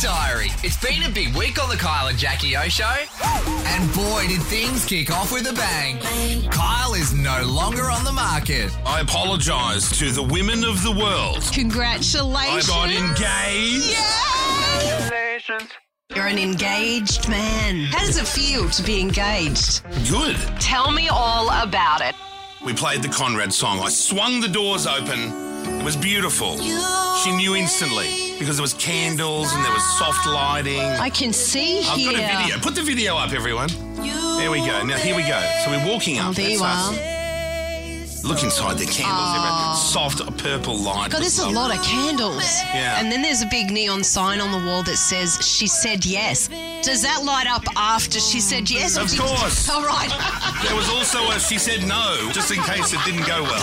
Diary. It's been a big week on the Kyle and Jackie O show. And boy, did things kick off with a bang. Kyle is no longer on the market. I apologise to the women of the world. I Congratulations. got engaged. You're an engaged man. How does it feel to be engaged? Good. Tell me all about it. We played the Conrad song. I swung the doors open. It was beautiful. She knew instantly because there was candles and there was soft lighting. I can see I've here. got a video. Put the video up, everyone. There we go. Now here we go. So we're walking up. Oh, there you That's are. us. Look inside the candles. everyone. Soft purple light. God, there's a lot of candles. Yeah. And then there's a big neon sign on the wall that says, She said yes. Does that light up after she said yes? or Of did- course. All right. There was also a she said no, just in case it didn't go well.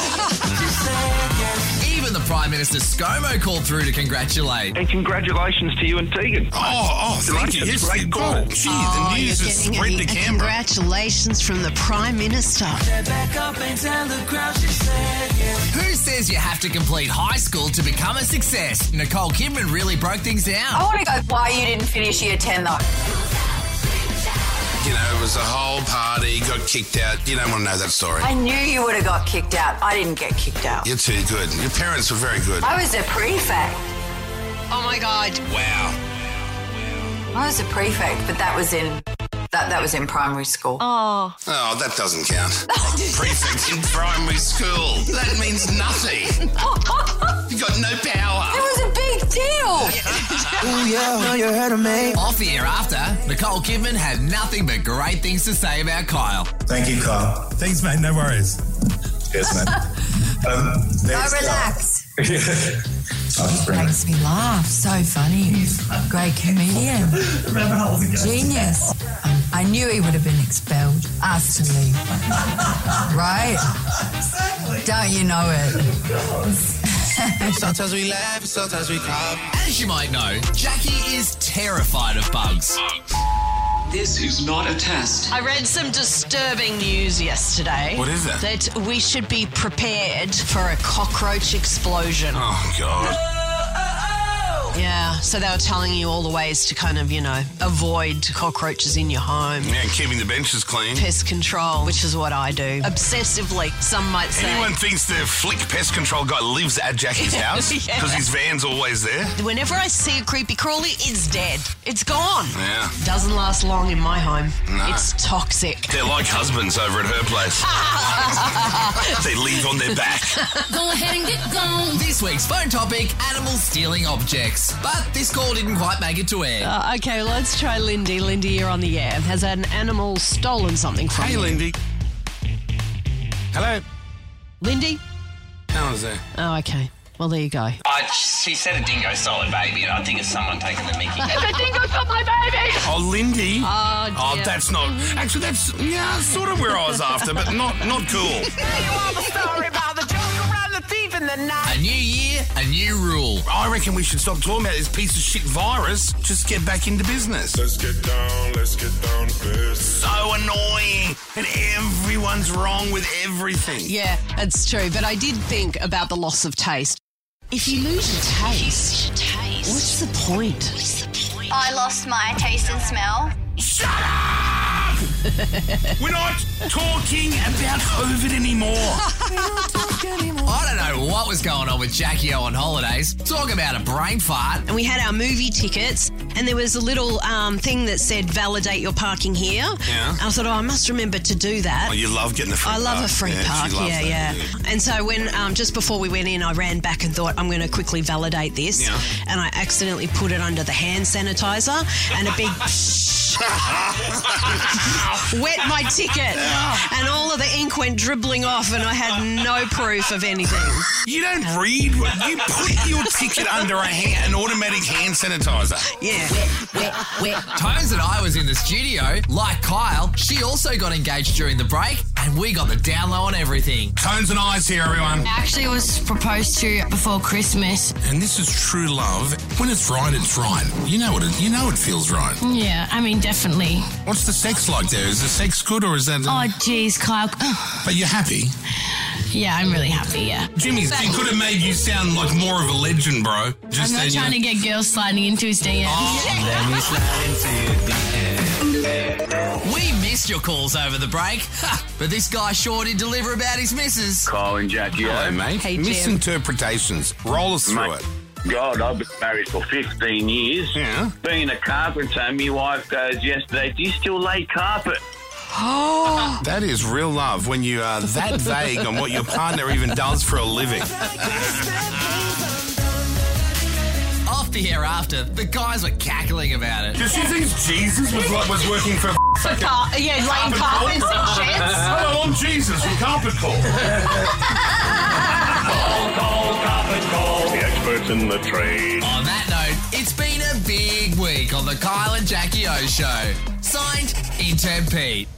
Even the Prime Minister ScoMo called through to congratulate. And congratulations to you and Tegan. Oh, oh, thank you. Yes, Great oh, call. gee, Oh, the news you're has spread getting a- to a Canberra. Congratulations from the Prime Minister. Who says you have to complete high school to become a success? Nicole Kidman really broke things I down. want to go why you didn't finish year 10 though. You know, it was a whole party, got kicked out. You don't want to know that story. I knew you would have got kicked out. I didn't get kicked out. You're too good. Your parents were very good. I was a prefect. Oh my God. Wow. I was a prefect, but that was in that that was in primary school. Oh, that doesn't count. Prefect in primary school. That means nothing. You got no It power. was a big deal. Off the air after, Nicole Kidman had nothing but great things to say about Kyle. Thank you, Carl. Thanks, mate. No worries. Cheers, mate. um, I thanks, relax. Carl. I'll just bring it. Makes me laugh. So funny. Great comedian. Genius. Um, I knew he would have been expelled. Asked to leave. Right? Don't you know it? Sometimes we laugh, sometimes we cry. As you might know, Jackie is terrified of bugs. This is not a test. I read some disturbing news yesterday. What is that? That we should be prepared for a cockroach explosion. Oh, God. Yeah, so they were telling you all the ways to kind of, you know, avoid cockroaches in your home. Yeah, keeping the benches clean. Pest control, which is what I do. Obsessively, some might say. Anyone thinks the flick pest control guy lives at Jackie's house Yeah. because his van's always there? Whenever I see a creepy crawly, it's dead. It's gone. Yeah. Doesn't last long in my home. No. It's toxic. They're like husbands over at her place. they leave on their back. Go ahead and get gone. This week's phone topic animals stealing objects. But this call didn't quite make it to air. Uh, okay, let's try Lindy. Lindy, you're on the air. Has an animal stolen something from you? Lindy. Hello. Lindy? No one's there. Oh, okay. Well, there you go. Uh, she said a dingo stole a baby, and I think it's someone taking the mickey. Oh, Lindy. Oh, dear. that's not. Actually, that's yeah, sort of where I was after, but not not cool. A new year, a new rule. I reckon we should stop talking about this piece of shit virus. Just get back into business. Let's get down, let's get down to business. So annoying, and everyone's wrong with everything. Yeah, that's true. But I did think about the loss of taste. If you lose your taste, what's the point? I lost my taste and smell. Shut up! We're not talking about COVID anymore. I don't know what was going on with Jackie O on holidays. Talk about a brain fart. And we had our movie tickets, and there was a little um, thing that said, validate your parking here. Yeah. I thought, oh, I must remember to do that. Oh, you love getting the free I love park. a free Yeah, she park. loves Yeah, that, yeah, And so when um, just before we went in, I ran back and thought I'm going to quickly validate this, Yeah. and I accidentally put it under the hand sanitizer, and a big wet my ticket, and all of the ink went dribbling off, and I had no proof of anything. You don't read. what- You put your ticket under a hand, an automatic hand sanitizer. Yeah. Tones and I was in the studio. Like Kyle, she also got engaged during the break, and we got the down low on everything. Tones and eyes here, everyone. Actually, was proposed to before Christmas. And this is true love. When it's right, it's right. You know what? It, you know it feels right. Yeah, I mean, definitely. What's the sex like there? Is the sex good or is that? Oh, geez, Kyle. But you're happy. Yeah, I'm really happy. Yeah. Jimmy, But he could have made you sound like more of a legend, bro. I'm not then, you trying to get girls sliding into his DM. Let me slide into your DM. We missed your calls over the break, ha, but this guy sure did deliver about his missus. Kyle and Jackie. Hello, mate. Hey, Jim. Misinterpretations. Roll us through Mate, it. God, I've been married for 15 years. Yeah. Being a carpenter, my wife goes yesterday, do you still lay carpet? Oh. That is real love when you are that vague on what your partner even does for a living. Off the air after, the guys were cackling about it. Does she think Jesus was like was working for? For car- yeah, laying carpets and shit. Hello, I'm Jesus from Carpet Call. The experts in the trade. On that note, it's been a big week on the Kyle and Jackie O Show. Signed, Intern Pete.